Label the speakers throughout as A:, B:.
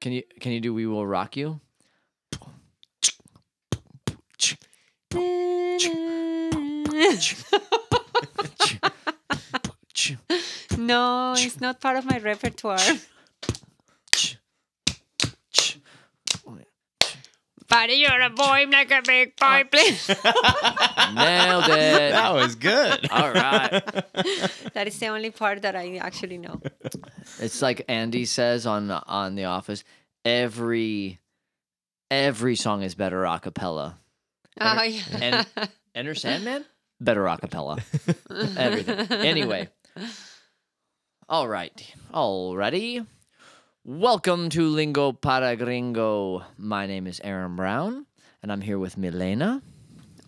A: Can you can you do "We Will Rock You"?
B: no, it's not part of my repertoire. Buddy, you're a boy like a big boy, please.
A: Nailed it.
C: That was good.
A: All right.
B: that is the only part that I actually know.
A: It's like Andy says on on The Office. Every every song is better a cappella.
B: Oh, yeah.
A: And Enter Sandman, better a cappella. Everything. Anyway. All right. Alrighty. Welcome to Lingo para Gringo. My name is Aaron Brown, and I'm here with Milena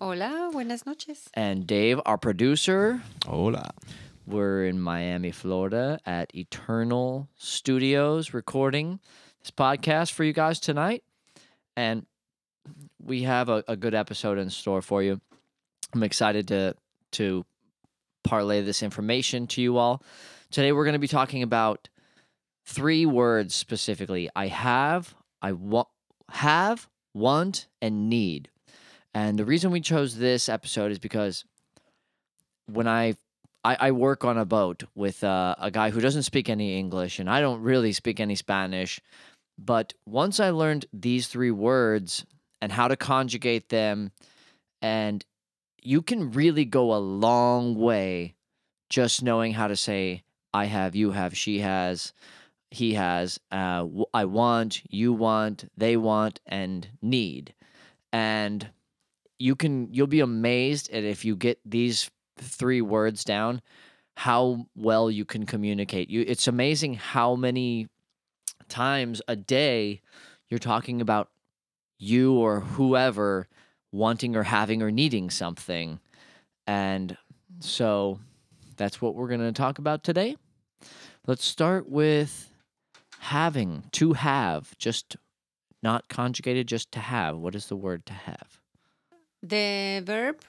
B: Hola, buenas noches.
A: and Dave, our producer.
C: Hola.
A: We're in Miami, Florida at Eternal Studios recording this podcast for you guys tonight. And we have a, a good episode in store for you. I'm excited to to parlay this information to you all. Today we're going to be talking about three words specifically. I have, I want, have, want and need. And the reason we chose this episode is because when I I, I work on a boat with uh, a guy who doesn't speak any English, and I don't really speak any Spanish. But once I learned these three words and how to conjugate them, and you can really go a long way just knowing how to say, I have, you have, she has, he has, uh, w- I want, you want, they want, and need. And you can, you'll be amazed at if you get these three words down how well you can communicate you it's amazing how many times a day you're talking about you or whoever wanting or having or needing something and so that's what we're going to talk about today let's start with having to have just not conjugated just to have what is the word to have
B: The verb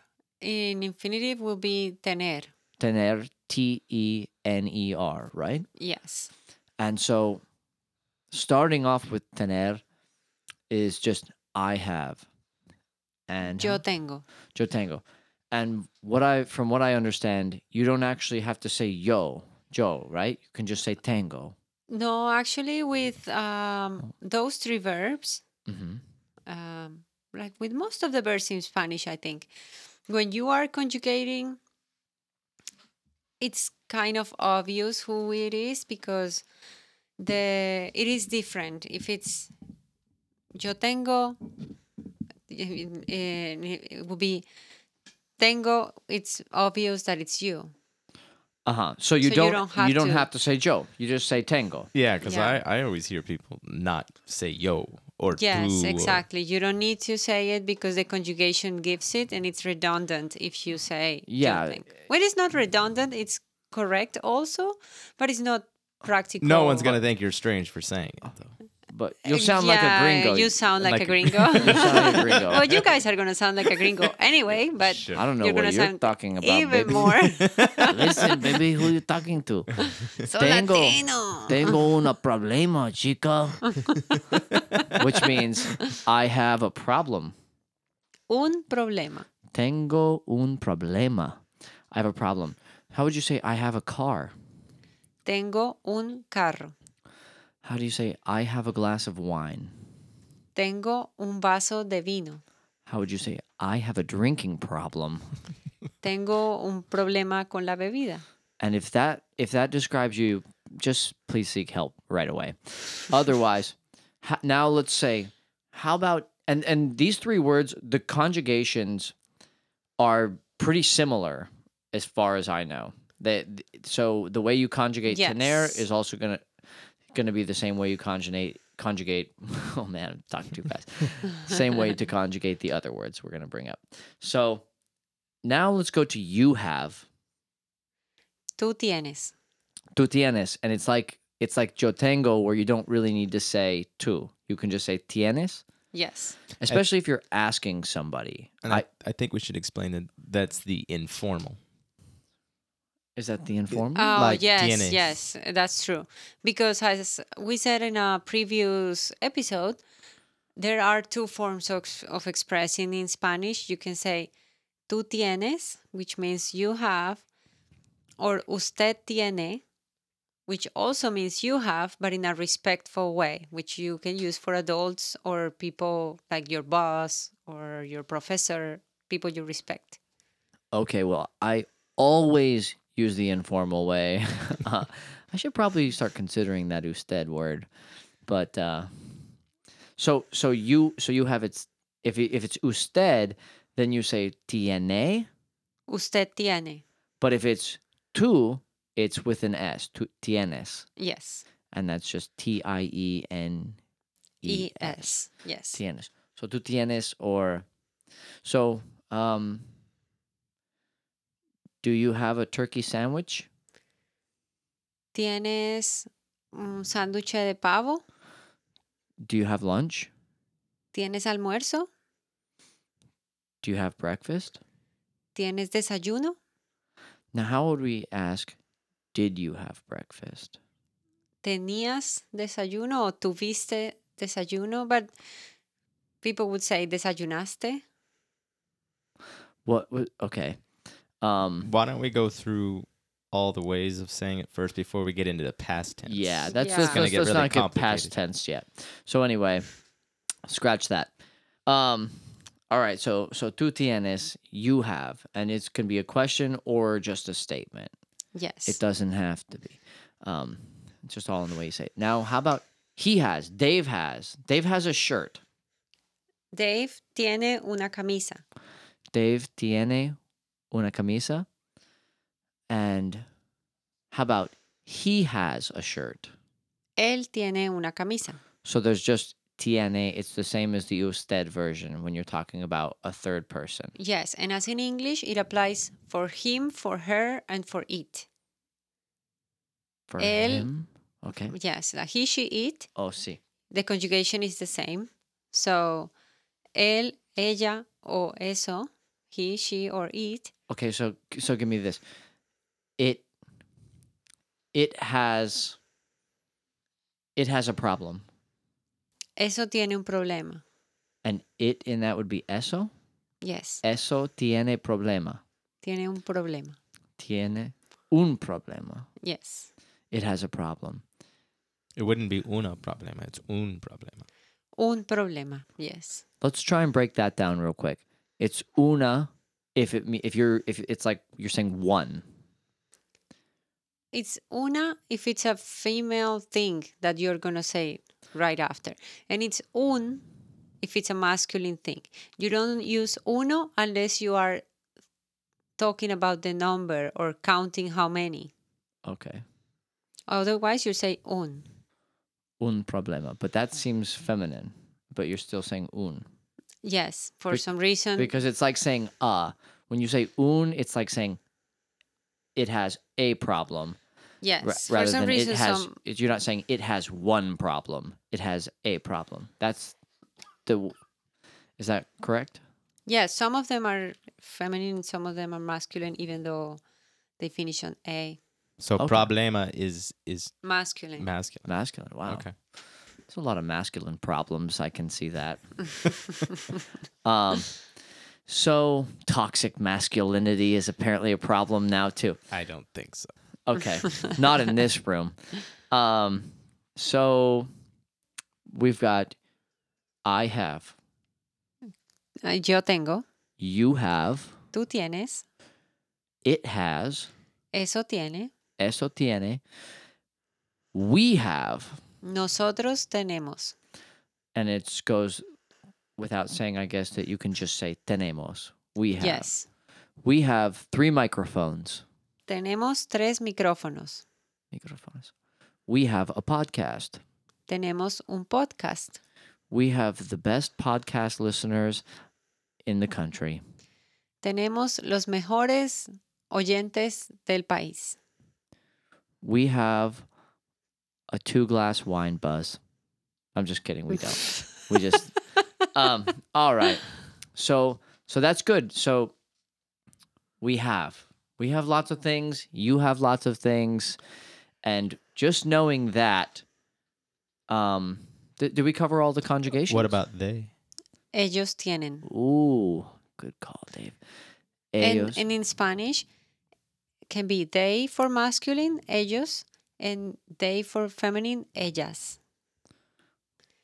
B: in infinitive will be tener.
A: tener t e n e r right
B: Yes.
A: And so starting off with tener is just I have. And
B: Yo tengo.
A: yo tengo. And what I from what I understand, you don't actually have to say yo, yo, right? You can just say tango.
B: No, actually, with um, those three verbs,
A: hmm
B: um, like with most of the verbs in Spanish, I think, when you are conjugating, it's kind of obvious who it is because the it is different. If it's yo tengo, eh, it would be tengo. It's obvious that it's you.
A: Uh huh. So you
B: So
A: don't you
B: you don't
A: don't,
B: have
A: have, to.
B: to-
A: say Joe. You just say tango.
C: Yeah, because
B: Yeah.
C: I, I always hear people not say yo or
B: Yes,
A: uh,
C: tú or-
B: exactly. You don't need to say it because the conjugation gives it, and it's redundant if you say. you
A: Yeah.
B: think. Well, it's not redundant. It's correct also, but it's not practical.
C: No one's gonna think you're strange for saying it. Though.
A: But you'll sound like a
B: Uh, Yeah,
A: gringo.
B: You sound like, a
C: like-
B: gringo.
A: You sound like a gringo.
B: well, you guys are gonna sound like a gringo anyway. But
C: Sure.
A: I don't know
B: you're
A: what
B: gonna
A: you're
B: sound
A: talking about.
B: even
A: baby.
B: more.
A: Listen, baby, who you talking to? Tango.
B: Latino.
A: Tengo una problema, chica. Which means I have a problem.
B: Un problema.
A: Tengo un problema. I have a problem. How would you say I have a car?
B: Tengo un carro.
A: How do you say I have a glass of wine?
B: Tengo un vaso de vino.
A: How would you say I have a drinking problem?
B: Tengo un problema con la bebida.
A: And if that if that describes you, just please seek help right away. Otherwise, ha- now let's say, how about and and these three words, the conjugations are pretty similar as far as I know. That so the way you conjugate tener
B: Yes.
A: is also gonna gonna be the same way you conjugate conjugate. Oh man, I'm talking too fast. same way to conjugate the other words we're gonna bring up. So now let's go to you have.
B: Tú tienes.
A: tú tienes and it's like it's like yo tengo where you don't really need to say tú you can just say tienes
B: Yes.
A: especially if you're asking somebody
C: And I, I think we should explain that that's the informal.
A: Is that the informal?
B: Oh
C: like
B: yes,
C: DNA.
B: yes, that's true. Because as we said in a previous episode, there are two forms of, of expressing in Spanish. You can say "tú tienes," which means you have, or "usted tiene," which also means you have, but in a respectful way, which you can use for adults or people like your boss or your professor, people you respect.
A: Okay, well, I always use the informal way. Uh, I should probably start considering that usted word. But uh, so so you so you have it's if it- if it's usted, then you say tiene.
B: Usted tiene.
A: But if it's tu, it's with an s. Tu, tienes,
B: Yes.
A: and that's just t i e n
B: E S. Yes.
A: tienes. So tú tienes or so um do you have a turkey sandwich?
B: ¿Tienes un sándwich de pavo?
A: Do you have lunch?
B: ¿Tienes almuerzo?
A: Do you have breakfast?
B: ¿Tienes desayuno?
A: Now how would we ask did you have breakfast?
B: ¿Tenías desayuno o tuviste desayuno? But people would say, ¿desayunaste?
A: What was okay. Um
C: Why don't we go through all the ways of saying it first before we get into the past tense?
A: yeah, that's
B: Yeah.
A: let's,
B: It's gonna
A: let's-
C: get
A: let's
C: really
A: not get past
C: complicated.
A: tense yet. So anyway, scratch that. Um all right, so so tú tienes you have and it can be a question or just a statement.
B: Yes.
A: It doesn't have to be. Um, it's just all in the way you say it. Now, how about he has? Dave has. Dave has a shirt.
B: Dave tiene una camisa.
A: Dave tiene una camisa. And how about he has a shirt?
B: Él tiene una camisa.
A: So there's just tiene. It's the same as the usted version when you're talking about a third person.
B: Yes. And as in English, it applies for him, for her, and for it.
A: For
B: Él-
A: him. Okay.
B: Yes. the He, she, it.
A: Oh, sí.
B: The conjugation is the same. So, él, ella, o eso, he, she, or it.
A: Okay, so so give me this. It it has it has a problem.
B: Eso tiene un problema.
A: And it in that would be eso.
B: Yes,
A: Eso tiene problema.
B: tiene un problema.
A: Tiene un problema.
B: Yes.
A: It has a problem.
C: It wouldn't be una problema. It's un problema.
B: Un problema. Yes.
A: Let's try and break that down real quick. It's una if it me- if you're if it's like you're saying one.
B: It's una if it's a female thing that you're going to say right after. And it's un if it's a masculine thing. You don't use uno unless you are talking about the number or counting how many.
A: Okay.
B: Otherwise, you say un.
A: Un problema, but
B: Oh,
A: that seems feminine. But you're still saying un
B: Yes, for
A: Be-
B: some reason.
A: because it's like saying a. When you say un, it's like saying it has a problem. ra-
B: yes, for
A: rather
B: some
A: than
B: reason,
A: it has.
B: some
A: it- You're not saying it has one problem. It has a problem. That's the. Is that correct?
B: Yes, some of them are feminine, some of them are masculine, even though they finish on A.
C: So
A: Okay.
C: problema is is
B: Masculine.
C: masculine.
A: Masculine. Wow.
C: Okay.
A: There's a lot of masculine problems. I can see that. um, so toxic masculinity is apparently a problem now too.
C: I don't think so.
A: Okay, not in this room. Um, so we've got. I have.
B: Uh, Yo tengo,
A: You have.
B: tú tienes,
A: It has.
B: eso tiene,
A: Eso tiene. We have,
B: nosotros tenemos.
A: and it goes without saying, I guess, that you can just say tenemos. We have.
B: Yes.
A: We have three microphones.
B: Tenemos tres micrófonos.
A: Microphones. We have a podcast.
B: Tenemos un podcast.
A: We have the best podcast listeners in the country.
B: Tenemos los mejores oyentes del país.
A: We have a two glass wine buzz. I'm just kidding. We don't. we just. Um, all right. So so that's good. So we have. We have lots of things. You have lots of things, and just knowing that. Um, th- did we cover all the conjugations?
C: What about they?
B: Ellos tienen.
A: Ooh, good call, Dave.
B: And,
A: Ellos.
B: and in Spanish, can be they for masculine, ellos, and they for feminine, ellas.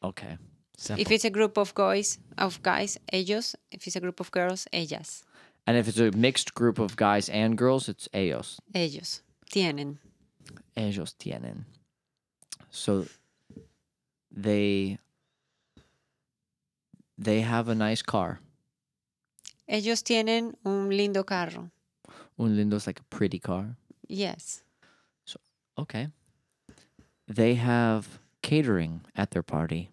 A: okay.
C: Simple.
B: If it's a group of guys, of guys, ellos. If it's a group of girls, ellas.
A: And if it's a mixed group of guys and girls, it's ellos.
B: Ellos tienen.
A: Ellos tienen. So they they have a nice car.
B: Ellos tienen un lindo carro.
A: Un lindo's like a pretty car.
B: Yes.
A: Okay. They have catering at their party.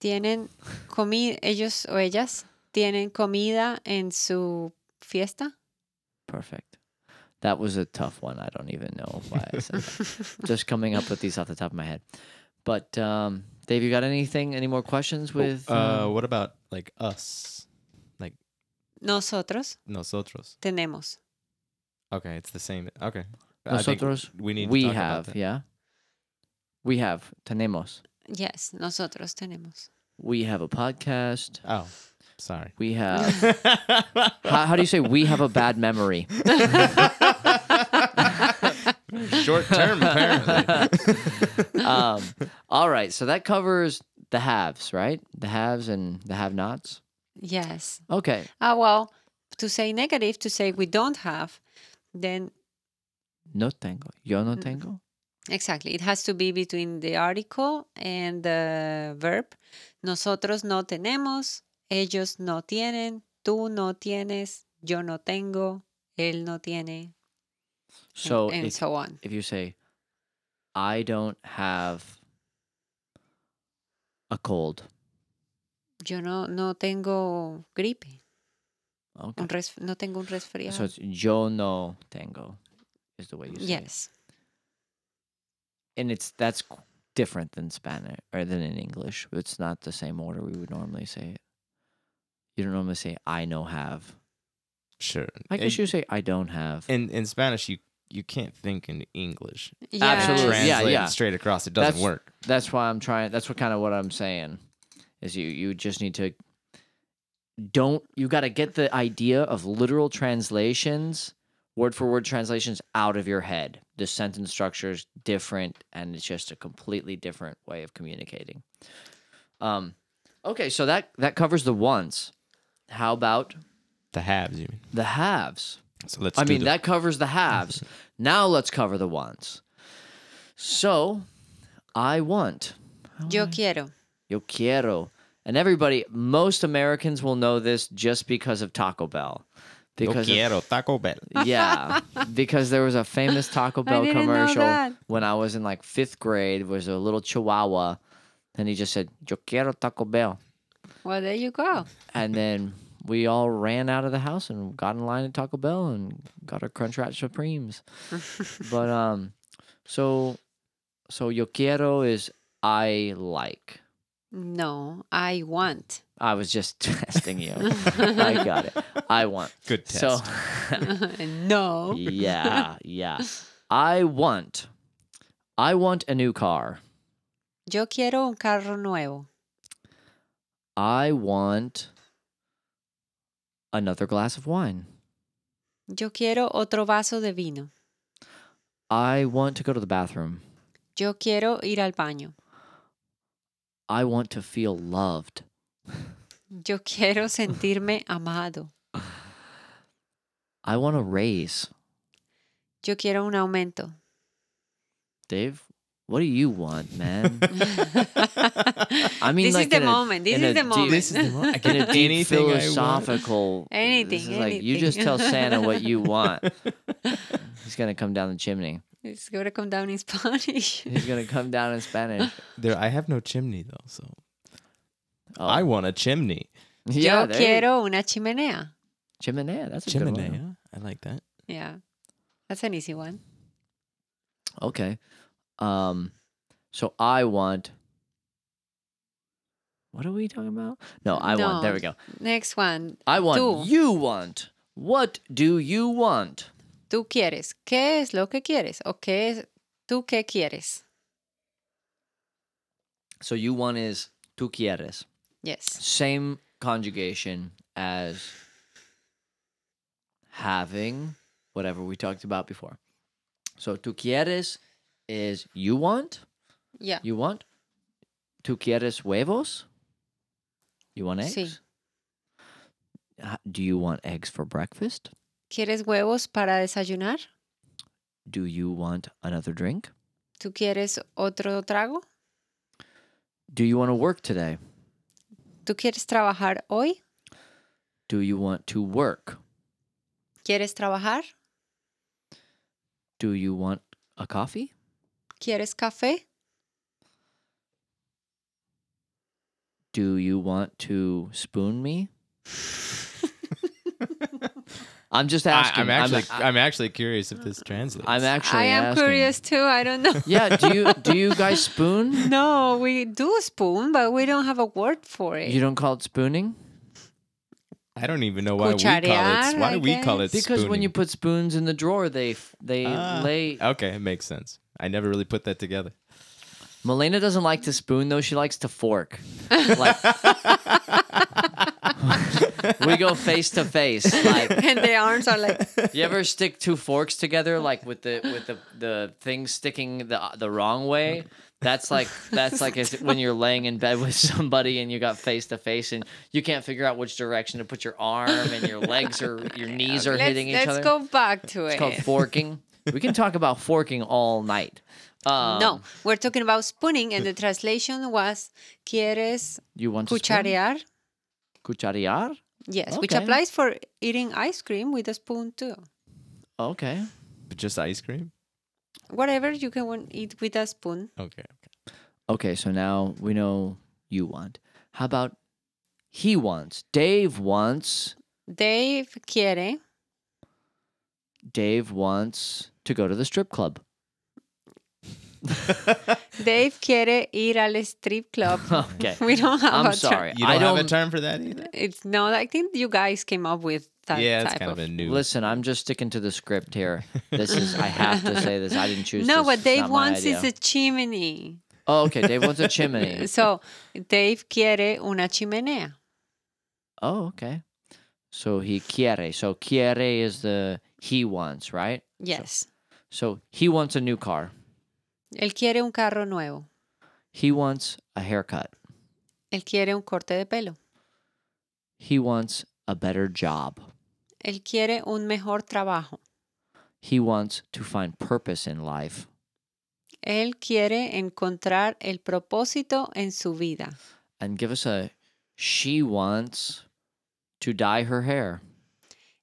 B: Tienen comida, ellos o ellas tienen comida en su fiesta.
A: Perfect. That was a tough one. I don't even know why I said that. Just coming up with these off the top of my head. But um, Dave, you got anything? Any more questions with?
C: uh,
A: uh,
C: what about like us?
B: Nosotros
C: Nosotros.
B: tenemos.
C: Okay, it's the same. Okay. I think
A: nosotros
C: we need. To
A: we
C: talk about
A: have
C: that.
A: yeah. We have tenemos.
B: Yes, nosotros tenemos.
A: We have a podcast.
C: Oh, sorry.
A: We have. how, how do you say we have a bad memory?
C: Short term, apparently.
A: Um, all right, so that covers the haves, right? The haves and the have-nots.
B: Yes.
A: Okay,
B: Ah, well, to say negative, to say we don't have, then
A: no tengo, yo no tengo.
B: exactly, it has to be between the article and the verb. Nosotros no tenemos, ellos no tienen, tú no tienes, yo no tengo, él no tiene, and-
A: So
B: and,
A: if,
B: so on.
A: if you say, I don't have a cold.
B: Yo no, no tengo gripe,
A: Okay.
B: un res- no tengo un resfriado.
A: So it's yo no tengo is the way you say it.
B: yes.
A: and it's that's qu- different than Spanish or than in English. It's not the same order we would normally say it. You don't normally say I know have.
C: sure.
A: I guess
C: And-
A: you say I don't have.
C: in in Spanish you you can't think in English.
A: Absolutely.
B: Yes.
C: Translate
A: Yeah,
C: it
A: yeah.
C: straight across. It doesn't
A: That's-
C: work.
A: That's why I'm trying. That's what kind of what I'm saying is you you just need to don't you got to get the idea of literal translations, word for word translations out of your head. The sentence structure is different, and it's just a completely different way of communicating. Um, okay, so that that covers the ones. How about
C: The haves, you mean?
A: the haves?
C: So let's.
A: I
C: do
A: mean,
C: the-
A: that covers the halves. now let's cover the ones. So, I want.
B: Yo quiero.
A: Yo quiero. And everybody, most Americans will know this just because of Taco Bell.
C: Yo
A: Because of-
C: quiero Taco Bell.
A: yeah, because there was a famous Taco Bell
B: didn't know
A: commercial
B: that.
A: when I was in like fifth grade. Was a little Chihuahua, and he just said "Yo quiero Taco Bell,"
B: Well, there you go.
A: and then we all ran out of the house and got in line at Taco Bell and got our Crunchwrap Supremes. but um, so so yo quiero is I like.
B: No, I want.
A: I was just testing you. I got it. I want.
C: Good test.
A: So
B: no.
A: yeah, yeah. I want I want a new car.
B: Yo quiero un carro nuevo.
A: I want another glass of wine.
B: Yo quiero otro vaso de vino.
A: I want to go to the bathroom.
B: Yo quiero ir al baño.
A: I want to feel loved.
B: Yo quiero sentirme amado.
A: I want a raise.
B: Yo quiero un aumento.
A: Dave, what do you want, man? I mean,
B: this
A: like
B: is the
A: in a-
B: moment. This
A: in a
B: is the
A: deep-
B: moment.
A: This
C: is the mo- I
A: in a deep
C: Anything I want.
A: philosophical.
B: Anything,
A: this is like you just
B: anything.
A: tell Santa what you want. He's gonna come down the chimney.
B: it's gonna come down in Spanish.
A: He's gonna come down in Spanish.
C: There, I have no chimney though, so
A: Oh.
C: I want a chimney.
A: yeah,
B: Yo
A: there you-
B: quiero una chimenea.
A: Chimenea. That's a good
C: Chimney.
A: one.
C: huh? I like that.
B: Yeah. That's an easy one.
A: Okay. Um, so I want. What are we talking about? No, I want. There
B: No.
A: we go.
B: Next one.
A: I want.
B: Tú.
A: You want. What do you want?
B: Tú quieres. ¿Qué es lo que quieres? ¿O qué es tú qué quieres?
A: So you want is tú quieres.
B: Yes.
A: Same conjugation as having whatever we talked about before. So tú quieres is you want.
B: Yeah.
A: You want? ¿Tú quieres huevos? You want eggs?
B: Sí.
A: Uh, Do you want eggs for breakfast?
B: ¿Quieres huevos para desayunar?
A: Do you want another drink?
B: ¿Tú quieres otro trago?
A: Do you want to work today?
B: ¿Tú quieres trabajar hoy?
A: Do you want to work?
B: ¿Quieres trabajar?
A: Do you want a coffee?
B: ¿Quieres café?
A: Do you want to spoon me? I'm just
C: I,
A: asking.
C: I'm actually
A: I'm,
C: I'm, actually curious if this translates.
A: I'm actually.
B: I am
A: asking.
B: curious too. I don't know.
A: Yeah. Do you do you guys spoon?
B: No, we do spoon, but we don't have a word for it.
A: You don't call it spooning
C: I don't even know why we call it.
B: Cucharear,
C: Why
B: I
C: do we call it?
A: because when you
C: spooning?
A: put spoons in the drawer, they f- they
C: Ah,
A: lay.
C: okay, it makes sense. I never really put that together.
A: Milena doesn't like to spoon though; she likes to fork. Like, we go face to face. Like
B: and the arms are like,
A: you ever stick two forks together, like with the with the the thing sticking the the wrong way. That's like that's like as when you're laying in bed with somebody and you got face to face and you can't figure out which direction to put your arm and your legs or your knees are
B: let's,
A: hitting each
B: let's
A: other.
B: go back to
A: It's
B: it.
A: called forking. we can talk about forking all night. Um,
B: no, we're talking about spooning, and the translation was ¿Quieres
A: you want to spoon?
B: cucharear?
A: Cucharear?
B: Yes, which
A: Okay.
B: applies for eating ice cream with a spoon too.
A: Okay.
C: But just ice cream?
B: Whatever you can want- eat with a spoon.
C: Okay.
A: Okay, so now we know you want. How about he wants? Dave wants.
B: Dave quiere
A: Dave wants to go to the strip club.
B: Dave quiere ir al strip club.
A: Okay.
B: We don't have a
A: I'm
B: term.
A: sorry.
C: You don't,
A: I
C: have
A: don't
C: a term for that either?
B: It's no, I think you guys came up with that
C: yeah, it's
B: type
C: kind of,
B: of.
C: a new.
A: listen. I'm just sticking to the script here. This is. I have to say this. I didn't choose.
B: no,
A: this.
B: what
A: It's
B: Dave
A: not my
B: wants is
A: idea.
B: a chimney.
A: Oh, okay. Dave wants a chimney.
B: So Dave quiere una chimenea.
A: Oh, okay. So he quiere. So quiere is the he wants, right?
B: Yes.
A: So he wants a new car.
B: Él quiere un carro nuevo.
A: He wants a haircut.
B: Él quiere un corte de pelo.
A: He wants a better job.
B: Él quiere un mejor trabajo.
A: He wants to find purpose in life.
B: Él quiere encontrar el propósito en su vida.
A: And give us a she wants to dye her hair.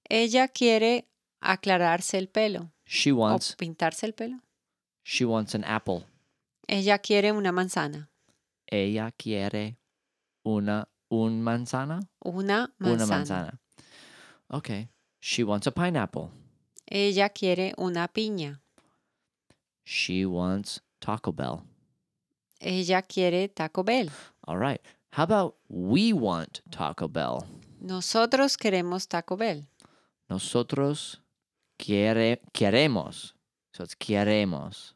B: Ella quiere aclararse el pelo
A: She wants
B: o pintarse el pelo.
A: she wants an apple.
B: Ella quiere una manzana.
A: Ella quiere una un manzana?
B: Una
A: Una
B: manzana.
A: manzana. Okay. She wants a pineapple.
B: Ella quiere una piña.
A: She wants Taco Bell.
B: Ella quiere Taco Bell.
A: All right. How about we want Taco Bell?
B: Nosotros queremos Taco Bell.
A: Nosotros quiere, queremos. So it's queremos.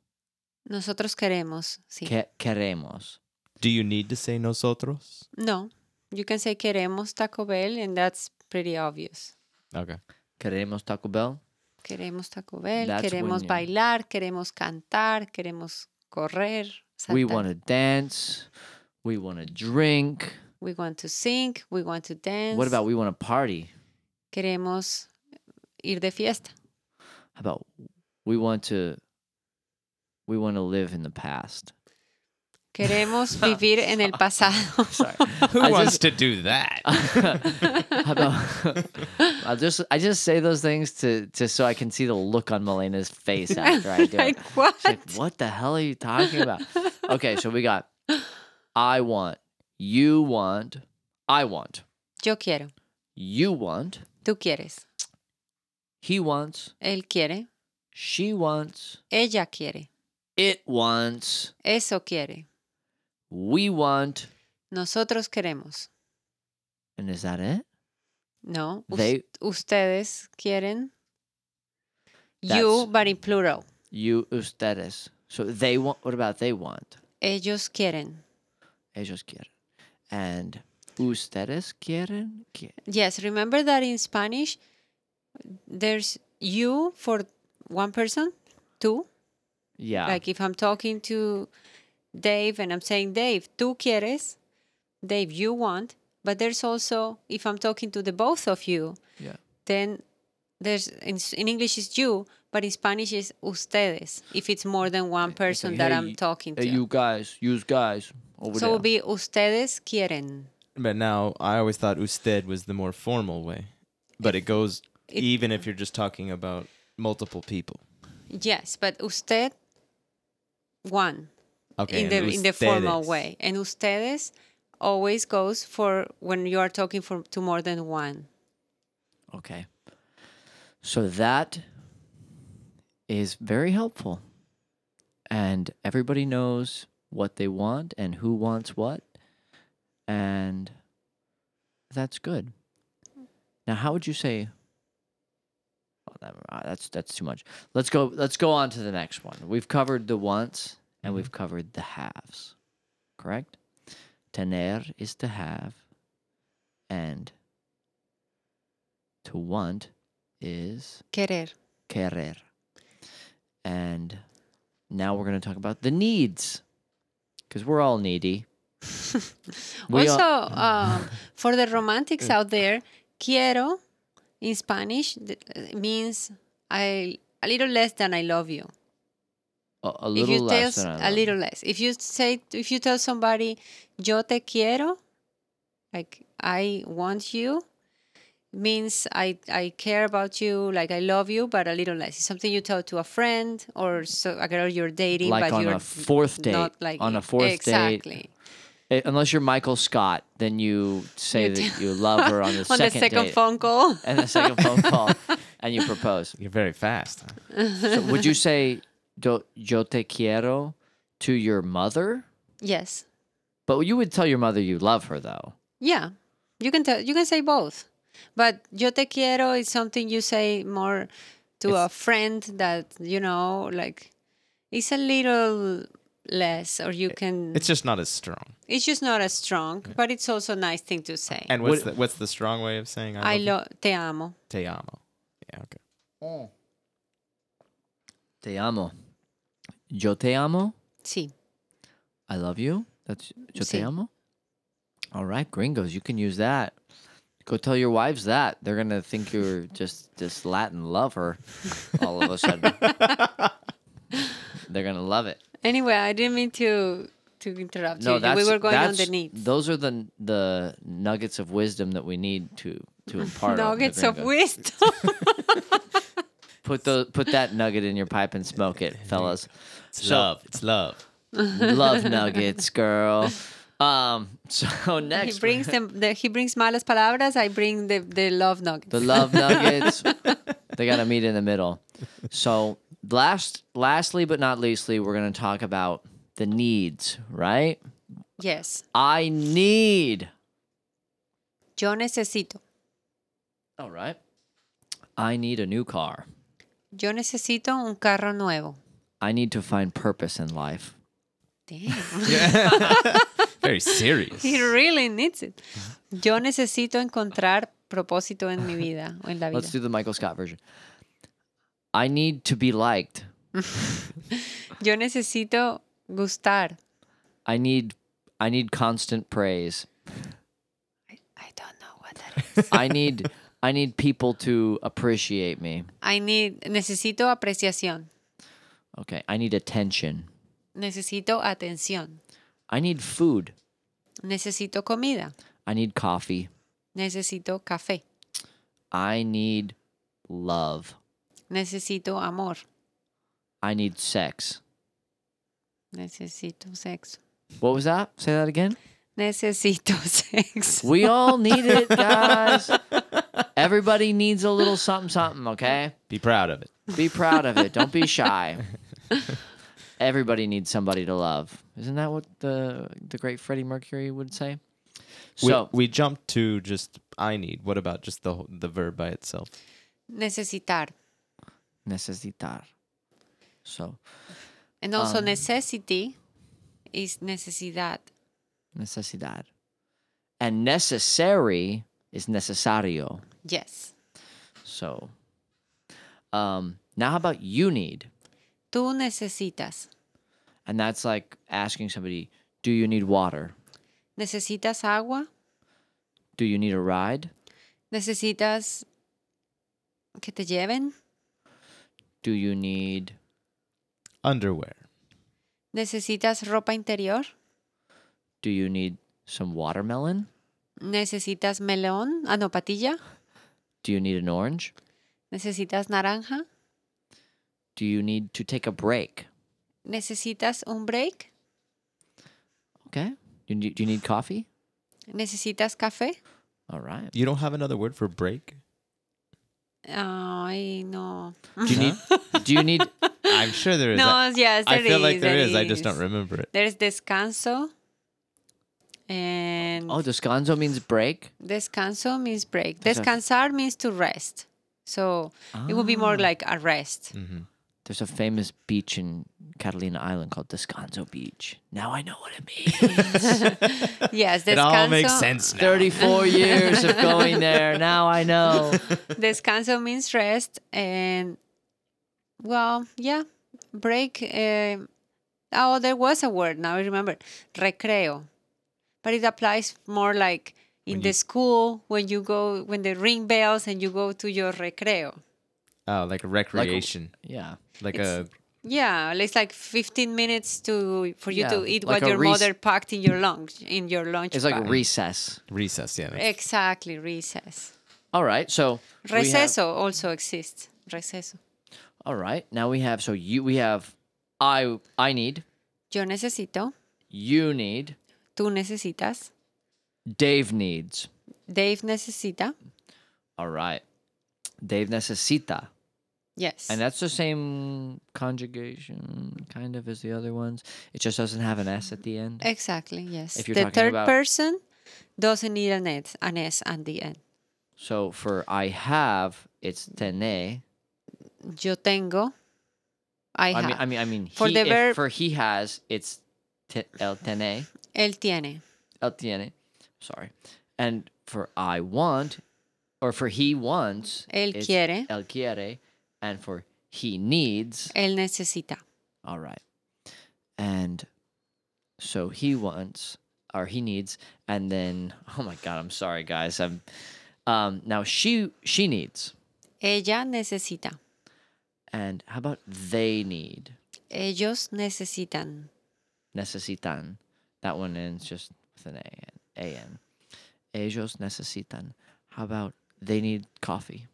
B: Nosotros queremos. Sí.
A: Que, queremos.
C: Do you need to say nosotros?
B: No. You can say queremos Taco Bell and that's pretty obvious.
C: Okay.
A: Queremos Taco Bell.
B: Queremos Taco Bell,
A: That's when
B: queremos
A: you-
B: bailar, queremos cantar, queremos correr.
A: We
B: saltar.
A: want to dance. We want to drink.
B: We want to sing, we want to dance.
A: What about we want to party?
B: queremos ir de fiesta?
A: How about we want to we want to live in the past?
B: Queremos vivir en el pasado.
A: Sorry.
C: Who
A: I
C: wants
A: just-
C: to do that?
A: How about I'll just I just say those things to just so I can see the look on Melena's face after I do it.
B: like what?
A: She's like, what the hell are you talking about? Okay, so we got I want, you want, I want,
B: Yo quiero,
A: you want,
B: tú quieres,
A: he wants,
B: él quiere,
A: she wants,
B: ella quiere,
A: it wants,
B: eso quiere,
A: we want,
B: nosotros queremos.
A: and is that it?
B: No. us-
A: They-
B: ustedes quieren.
A: That's-
B: You, but in plural.
A: You ustedes. So they want. What about they want?
B: Ellos quieren.
A: Ellos quieren. And ustedes quieren. Qui-
B: Yes, remember that in Spanish, there's you for one person, two.
A: Yeah.
B: Like if I'm talking to Dave and I'm saying, Dave, tú quieres, Dave, you want. But there's also, if I'm talking to the both of you,
A: yeah.
B: then there's in, s- in English is you, but in Spanish is ustedes. If it's more than one person that
A: Hey,
B: I'm talking to,
A: Hey, you guys. Use guys. Over
B: so
A: there.
B: it'll be ustedes quieren.
C: But now I always thought usted was the more formal way. But it goes
B: it-
C: even if you're just talking about multiple people.
B: Yes, but usted one
C: Okay.
B: in
C: and
B: the in the formal
C: ustedes.
B: way, and ustedes always goes for when you are talking for to more than one.
A: Okay. So that is very helpful. And everybody knows what they want and who wants what. And that's good. Now, how would you say? Oh, that- ah, that's that's too much. Let's go. Let's go on to the next one. We've covered the wants and we've covered the halves. Correct. Tener is to have, and to want is
B: Querer.
A: querer. And now we're going to talk about the needs because we're all needy. We
B: also,
A: all-
B: um, for the romantics out there, quiero in Spanish th- means I a little less than I love you.
A: a, a
B: if
A: little
B: you tell
A: less
B: s-
A: than I
B: a
A: love.
B: little less if you say if you tell somebody yo te quiero like i want you means i i care about you like i love you but a little less it's something you tell to a friend or so a girl you're dating
A: Like
B: but
A: on
B: you're
A: a fourth date,
B: not like
A: on a fourth date,
B: exactly
A: Eh, Unless you're Michael Scott, then you say
B: You
A: that you love her on the
B: on
A: second
B: the second
A: date
B: phone call
A: and the second phone call, and you propose.
C: You're very fast. huh?
A: So would you say "Do- "yo te quiero" to your mother?
B: yes
A: But you would tell your mother you love her, though.
B: yeah you can tell you can say both but yo te quiero is something you say more to a friend that you know like it's a little less or you can
C: It's just not as strong.
B: It's just not as strong, but it's also a nice thing to say.
C: And what's the, what's the strong way of saying I,
B: I
C: love
B: lo te amo.
C: you? te amo? Yeah, okay.
A: Te amo. Yo te amo.
B: Sí.
A: I love you. That's yo te
B: Sí.
A: amo. All right, gringos, you can use that. Go tell your wives that. They're gonna think you're just this Latin lover all of a sudden. They're gonna love it.
B: Anyway, I didn't mean to to interrupt
A: No,
B: you.
A: that's
B: we were going on
A: that's,
B: the needs.
A: Those are the the nuggets of wisdom that we need to to impart. on the
B: Nuggets of
A: gringos.
B: wisdom.
A: Put the put that nugget in your pipe and smoke it, fellas.
C: It's
A: So-
C: love. It's love.
A: love nuggets, girl. Um. So next
B: he brings them. The, he brings malas palabras. I bring the the love nuggets.
A: The love nuggets. they got to meet in the middle. So last, lastly but not leastly, we're gonna talk about the needs. Right?
B: yes.
A: I need.
B: Yo necesito.
A: All right. I need a new car.
B: Yo necesito un carro nuevo.
A: I need to find purpose in life.
B: Damn.
C: Very serious.
B: he really needs it. Yo necesito encontrar propósito en mi vida o en la vida.
A: Let's do the Michael Scott version. I need to be liked.
B: Yo necesito gustar.
A: I need. I need constant praise.
B: I, I don't know what that is.
A: I need. I need people to appreciate me.
B: I need, necesito apreciación.
A: Okay. I need attention.
B: Necesito atención.
A: I need food.
B: Necesito comida.
A: I need coffee.
B: Necesito café.
A: I need love.
B: Necesito amor.
A: I need sex.
B: Necesito sexo.
A: What was that? Say that again.
B: Necesito sexo.
A: We all need it, guys. Everybody needs a little something, something, okay?
C: Be proud of it.
A: Be proud of it. Don't be shy. Everybody needs somebody to love. Isn't that what the the great Freddie Mercury would say?
C: we,
A: So,
C: we jumped to just I need? What about just the wh- the verb by itself?
B: necesitar.
A: Necesitar. So
B: And also
A: Um,
B: necessity is necesidad.
A: necesidad. And necessary is necesario.
B: Yes.
A: So um now how about you need?
B: Tú necesitas.
A: And that's like asking somebody, do you need water?
B: ¿Necesitas agua?
A: Do you need a ride?
B: ¿Necesitas que te lleven?
A: Do you need
C: Underwear.
B: ¿Necesitas ropa interior?
A: do you need some watermelon?
B: ¿Necesitas melón? Ah, no, patilla.
A: Do you need an orange?
B: ¿Necesitas naranja?
A: Do you need to take a break?
B: ¿Necesitas un break?
A: Okay. You need, do you need coffee?
B: ¿Necesitas café?
A: All right.
C: You don't have another word for break?
B: Ay, no.
A: Do you need do you need
C: I'm sure there is. I,
B: No, yes,
C: I
B: there
C: feel like
B: is,
C: there is. I just don't
B: is.
C: remember it.
B: There's descanso. And
A: Oh, descanso means break.
B: descanso means break.
A: There's a-
B: Descansar means to rest. So it would be more
A: Ah.
B: like a rest.
C: hmm
A: There's a famous beach in Catalina Island called Descanso Beach. Now I know what it means.
B: Yes, descanso.
C: It all makes sense now.
A: 34 years of going there. Now I know.
B: Descanso means rest. And well, yeah, break. um oh, there was a word. Now I remember. Recreo. But it applies more like in
C: When
B: the
C: you-
B: school when you go, when the ring bells and you go to your recreo.
C: Oh, like a recreation,
A: Yeah.
C: like,
B: It's-
C: a
B: Yeah, it's like 15 minutes to for you
A: Yeah,
B: to eat
A: like
B: what
A: a
B: your
A: rec-
B: mother packed in your lunch in your lunch.
A: It's like
B: pack.
A: recess.
C: recess. Yeah. that's-
B: exactly recess.
A: All right. So we have-
B: Receso also exists. Receso.
A: all right. Now we have so you we have I I need,
B: Yo necesito,
A: you need,
B: tú necesitas,
A: Dave needs.
B: Dave necesita.
A: All right. Dave necesita.
B: Yes.
A: And that's the same conjugation kind of as the other ones. It just doesn't have an S at the end.
B: exactly. Yes.
A: If you're
B: the
A: talking
B: third
A: about-
B: person doesn't need an S, an S at the end.
A: So for I have, it's tene.
B: Yo tengo.
A: I
B: I, have.
A: mean, I mean, I mean,
B: For
A: he,
B: the
A: if
B: verb-
A: for he has, it's te, el tene,
B: Él tiene.
A: el tiene. Sorry, and for I want, or for he wants,
B: Él
A: it's
B: quiere.
A: el quiere, and for he needs,
B: Él necesita.
A: all right, and so he wants or he needs, and then oh my god, I'm sorry guys, I'm um now she she needs,
B: Ella necesita.
A: and how about they need?
B: Ellos necesitan.
A: necesitan. That one ends just with an A N. A N. Ellos necesitan. How about they need coffee?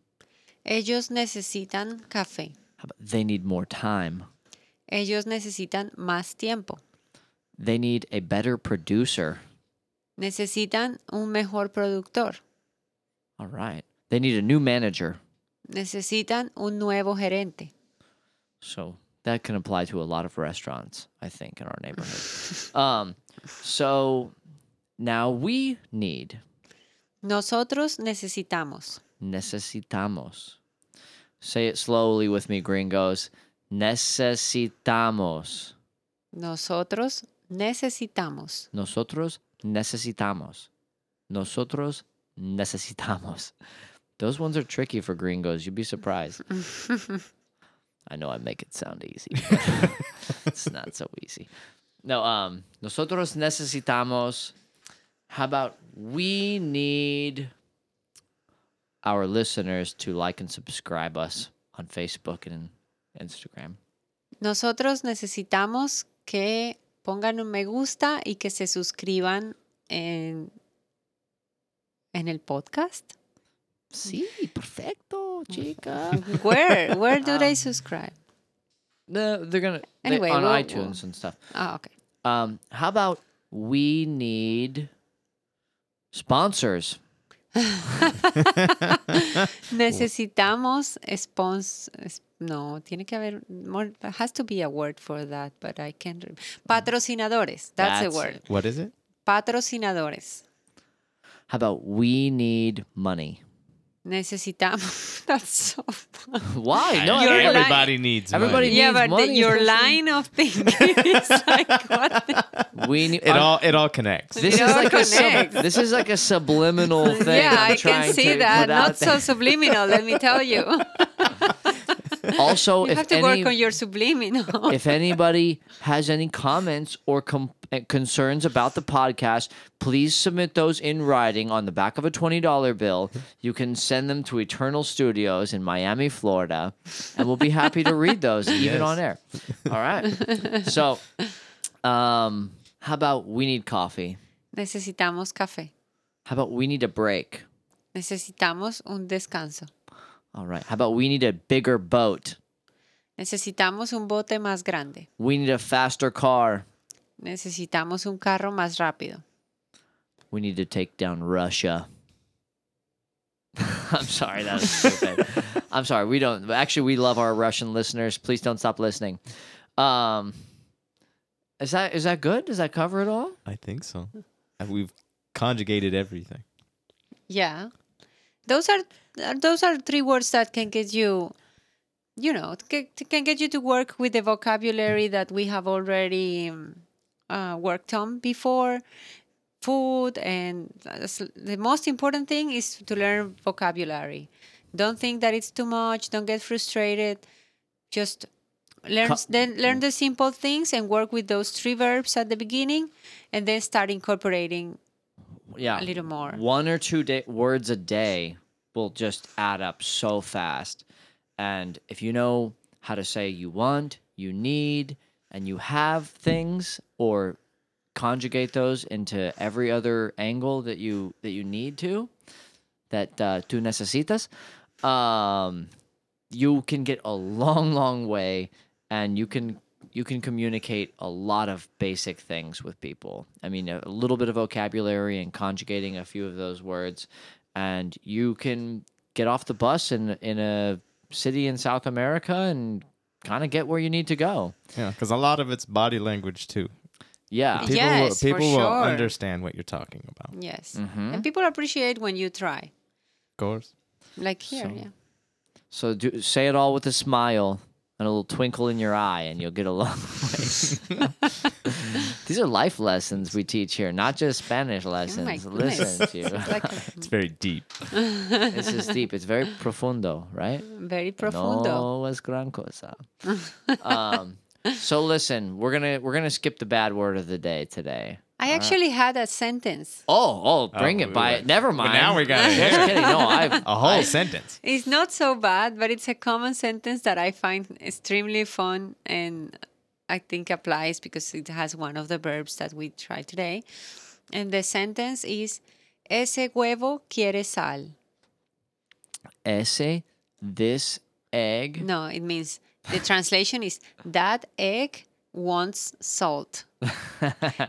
B: Ellos necesitan café.
A: How about they need more time?
B: Ellos necesitan más tiempo.
A: They need a better producer.
B: Necesitan un mejor productor.
A: All right. They need a new manager.
B: Necesitan un nuevo gerente.
A: So that can apply to a lot of restaurants, I think, in our neighborhood. um, so now we need
B: Nosotros necesitamos.
A: necesitamos. Say it slowly with me, gringos. Necesitamos.
B: Nosotros necesitamos.
A: Nosotros necesitamos. Nosotros necesitamos. Those ones are tricky for gringos. You'd be surprised. I know I make it sound easy, but it's not so easy. No, um, nosotros necesitamos. How about we need our listeners to like and subscribe us on Facebook and Instagram.
B: Nosotros necesitamos que pongan un me gusta y que se suscriban en, en el podcast.
A: Sí, perfecto, chica.
B: Where? Where do they
A: Um,
B: subscribe?
A: No, they're gonna they-
B: Anyway,
A: on
B: we'll-
A: iTunes
B: we'll-
A: and stuff.
B: Ah, okay.
A: Um, how about we need sponsors?
B: Necesitamos spons. es- No, tiene que haber more. there Has to be a word for that, but I can't. Rem- Patrocinadores. That's, the
A: That's
B: word.
A: it.
C: What is it?
B: Patrocinadores.
A: How about we need money?
B: Necesitamos. That's so funny.
A: Why? No,
B: I- You're
A: everybody-
B: like-
C: everybody needs money.
A: Everybody-
B: yeah,
A: needs
B: but the,
A: money,
B: your
A: especially-
B: line of thinking is like what? the-
A: we need.
C: It all it all connects.
A: this is
B: It all
A: like a sub,
B: connects.
A: this is like a subliminal thing.
B: yeah,
A: I'm
B: I
A: trying
B: can see
A: to
B: that.
A: put out
B: Not so subliminal. Let me tell you.
A: there. Also,
B: You
A: if
B: have to
A: any
B: work on your subliminal.
A: if anybody has any comments or com- uh, concerns about the podcast, please submit those in writing on the back of a $20 bill. You can send them to Eternal Studios in Miami, Florida, and we'll be happy to read those even
C: Yes.
A: on air. All right. So, um, how about we need coffee?
B: Necesitamos café.
A: How about we need a break?
B: Necesitamos un descanso.
A: All right. How about we need a bigger boat?
B: Necesitamos un bote más grande.
A: We need a faster car.
B: Necesitamos un carro más rápido.
A: We need to take down Russia. I'm sorry, that was stupid. I'm sorry. We don't actually. We love our Russian listeners. Please don't stop listening. Um, is that is that good? Does that cover it all?
C: I think so. And We've conjugated everything.
B: Yeah. Those are are- those are three words that can get you you know, can, can get you to work with the vocabulary that we have already um, uh, worked on before. Food and uh, s- the most important thing is to learn vocabulary. Don't think that it's too much. Don't get frustrated. Just learn
A: Co-
B: s- then learn the simple things and work with those three verbs at the beginning, and then start incorporating
A: Yeah,
B: a little more.
A: One or two da- words a day will just add up so fast. And if you know how to say you want, you need, and you have things, or conjugate those into every other angle that you that you need to, that uh, tu necesitas, um, you can get a long, long way, and you can you can communicate a lot of basic things with people. I mean, a little bit of vocabulary and conjugating a few of those words, and you can get off the bus in in a city in South America and kind of get where you need to go.
C: Yeah, because a lot of it's body language too.
A: Yeah,
C: People
B: Yes, for
C: will, people will
B: sure.
C: understand what you're talking about. Of
B: Yes. And people appreciate when you try.
C: course.
B: Like here, yeah.
A: So do, say it all with a smile and a little twinkle in your eye, and you'll get a long way. These are life lessons we teach here, not just Spanish lessons. Listen
B: Oh goodness.
A: to you.
B: Like mm,
C: It's very deep.
A: this is deep. It's very profundo, right?
B: very profundo.
A: No es gran cosa. um, so listen, we're gonna we're gonna skip the bad word of the day today.
B: I actually had a sentence.
A: Oh, oh, bring
C: Oh,
A: it
C: we
A: by.
C: went-
A: Never
C: But
A: mind.
C: now we got
A: Just
C: it.
A: kidding. No, I.
C: a whole sentence.
B: It's not so bad, but it's a common sentence that I find extremely fun and I think applies because it has one of the verbs that we tried today. And the sentence is Ese huevo quiere sal.
A: Ese, this egg.
B: No, it means the translation is that egg wants salt.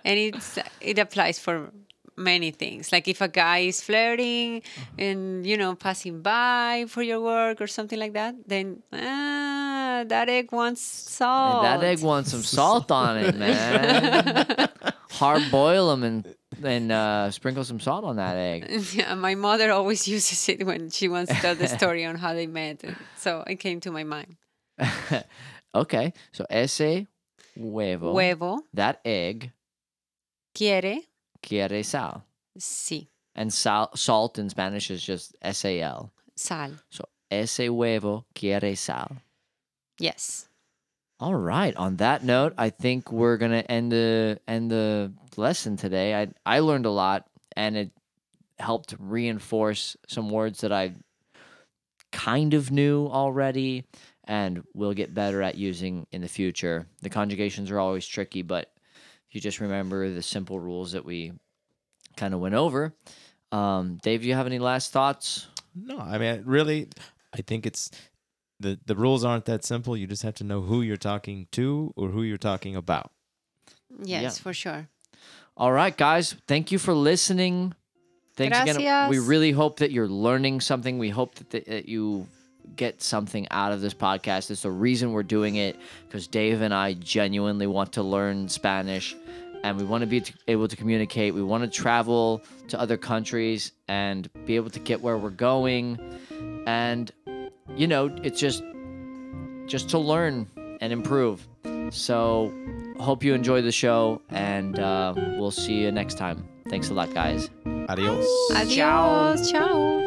B: and it's it applies for many things. Like if a guy is flirting and you know passing by for your work or something like that, then ah, that egg wants salt.
A: That egg wants some salt on it, man. Hard boil them and and uh, sprinkle some salt on that egg.
B: yeah, my mother always uses it when she wants to tell the story on how they met. So it came to my mind.
A: Okay, so ese huevo,
B: Huevo
A: that egg,
B: quiere
A: quiere sal,
B: sí
A: and sal, salt in Spanish is just sal.
B: sal.
A: So ese huevo quiere sal.
B: Yes.
A: All right. On that note, I think we're gonna end the end the lesson today. I I learned a lot, and it helped reinforce some words that I kind of knew already, and will get better at using in the future. The conjugations are always tricky, but if you just remember the simple rules that we kind of went over. Um, Dave, do you have any last thoughts?
C: No, I mean, really, I think it's the the rules aren't that simple. You just have to know who you're talking to or who you're talking about.
B: Yes,
A: Yeah.
B: for sure.
A: All right, guys. Thank you for listening. Thanks again. We
B: Gracias.
A: really hope that you're learning something. We hope that, th- that you get something out of this podcast. It's the reason we're doing it because Dave and I genuinely want to learn Spanish and we want to be t- able to communicate. We want to travel to other countries and be able to get where we're going. And, you know, it's just just to learn and improve. So, hope you enjoy the show, and uh, we'll see you next time. Thanks a lot, guys.
C: Adios.
B: Adiós. Chao.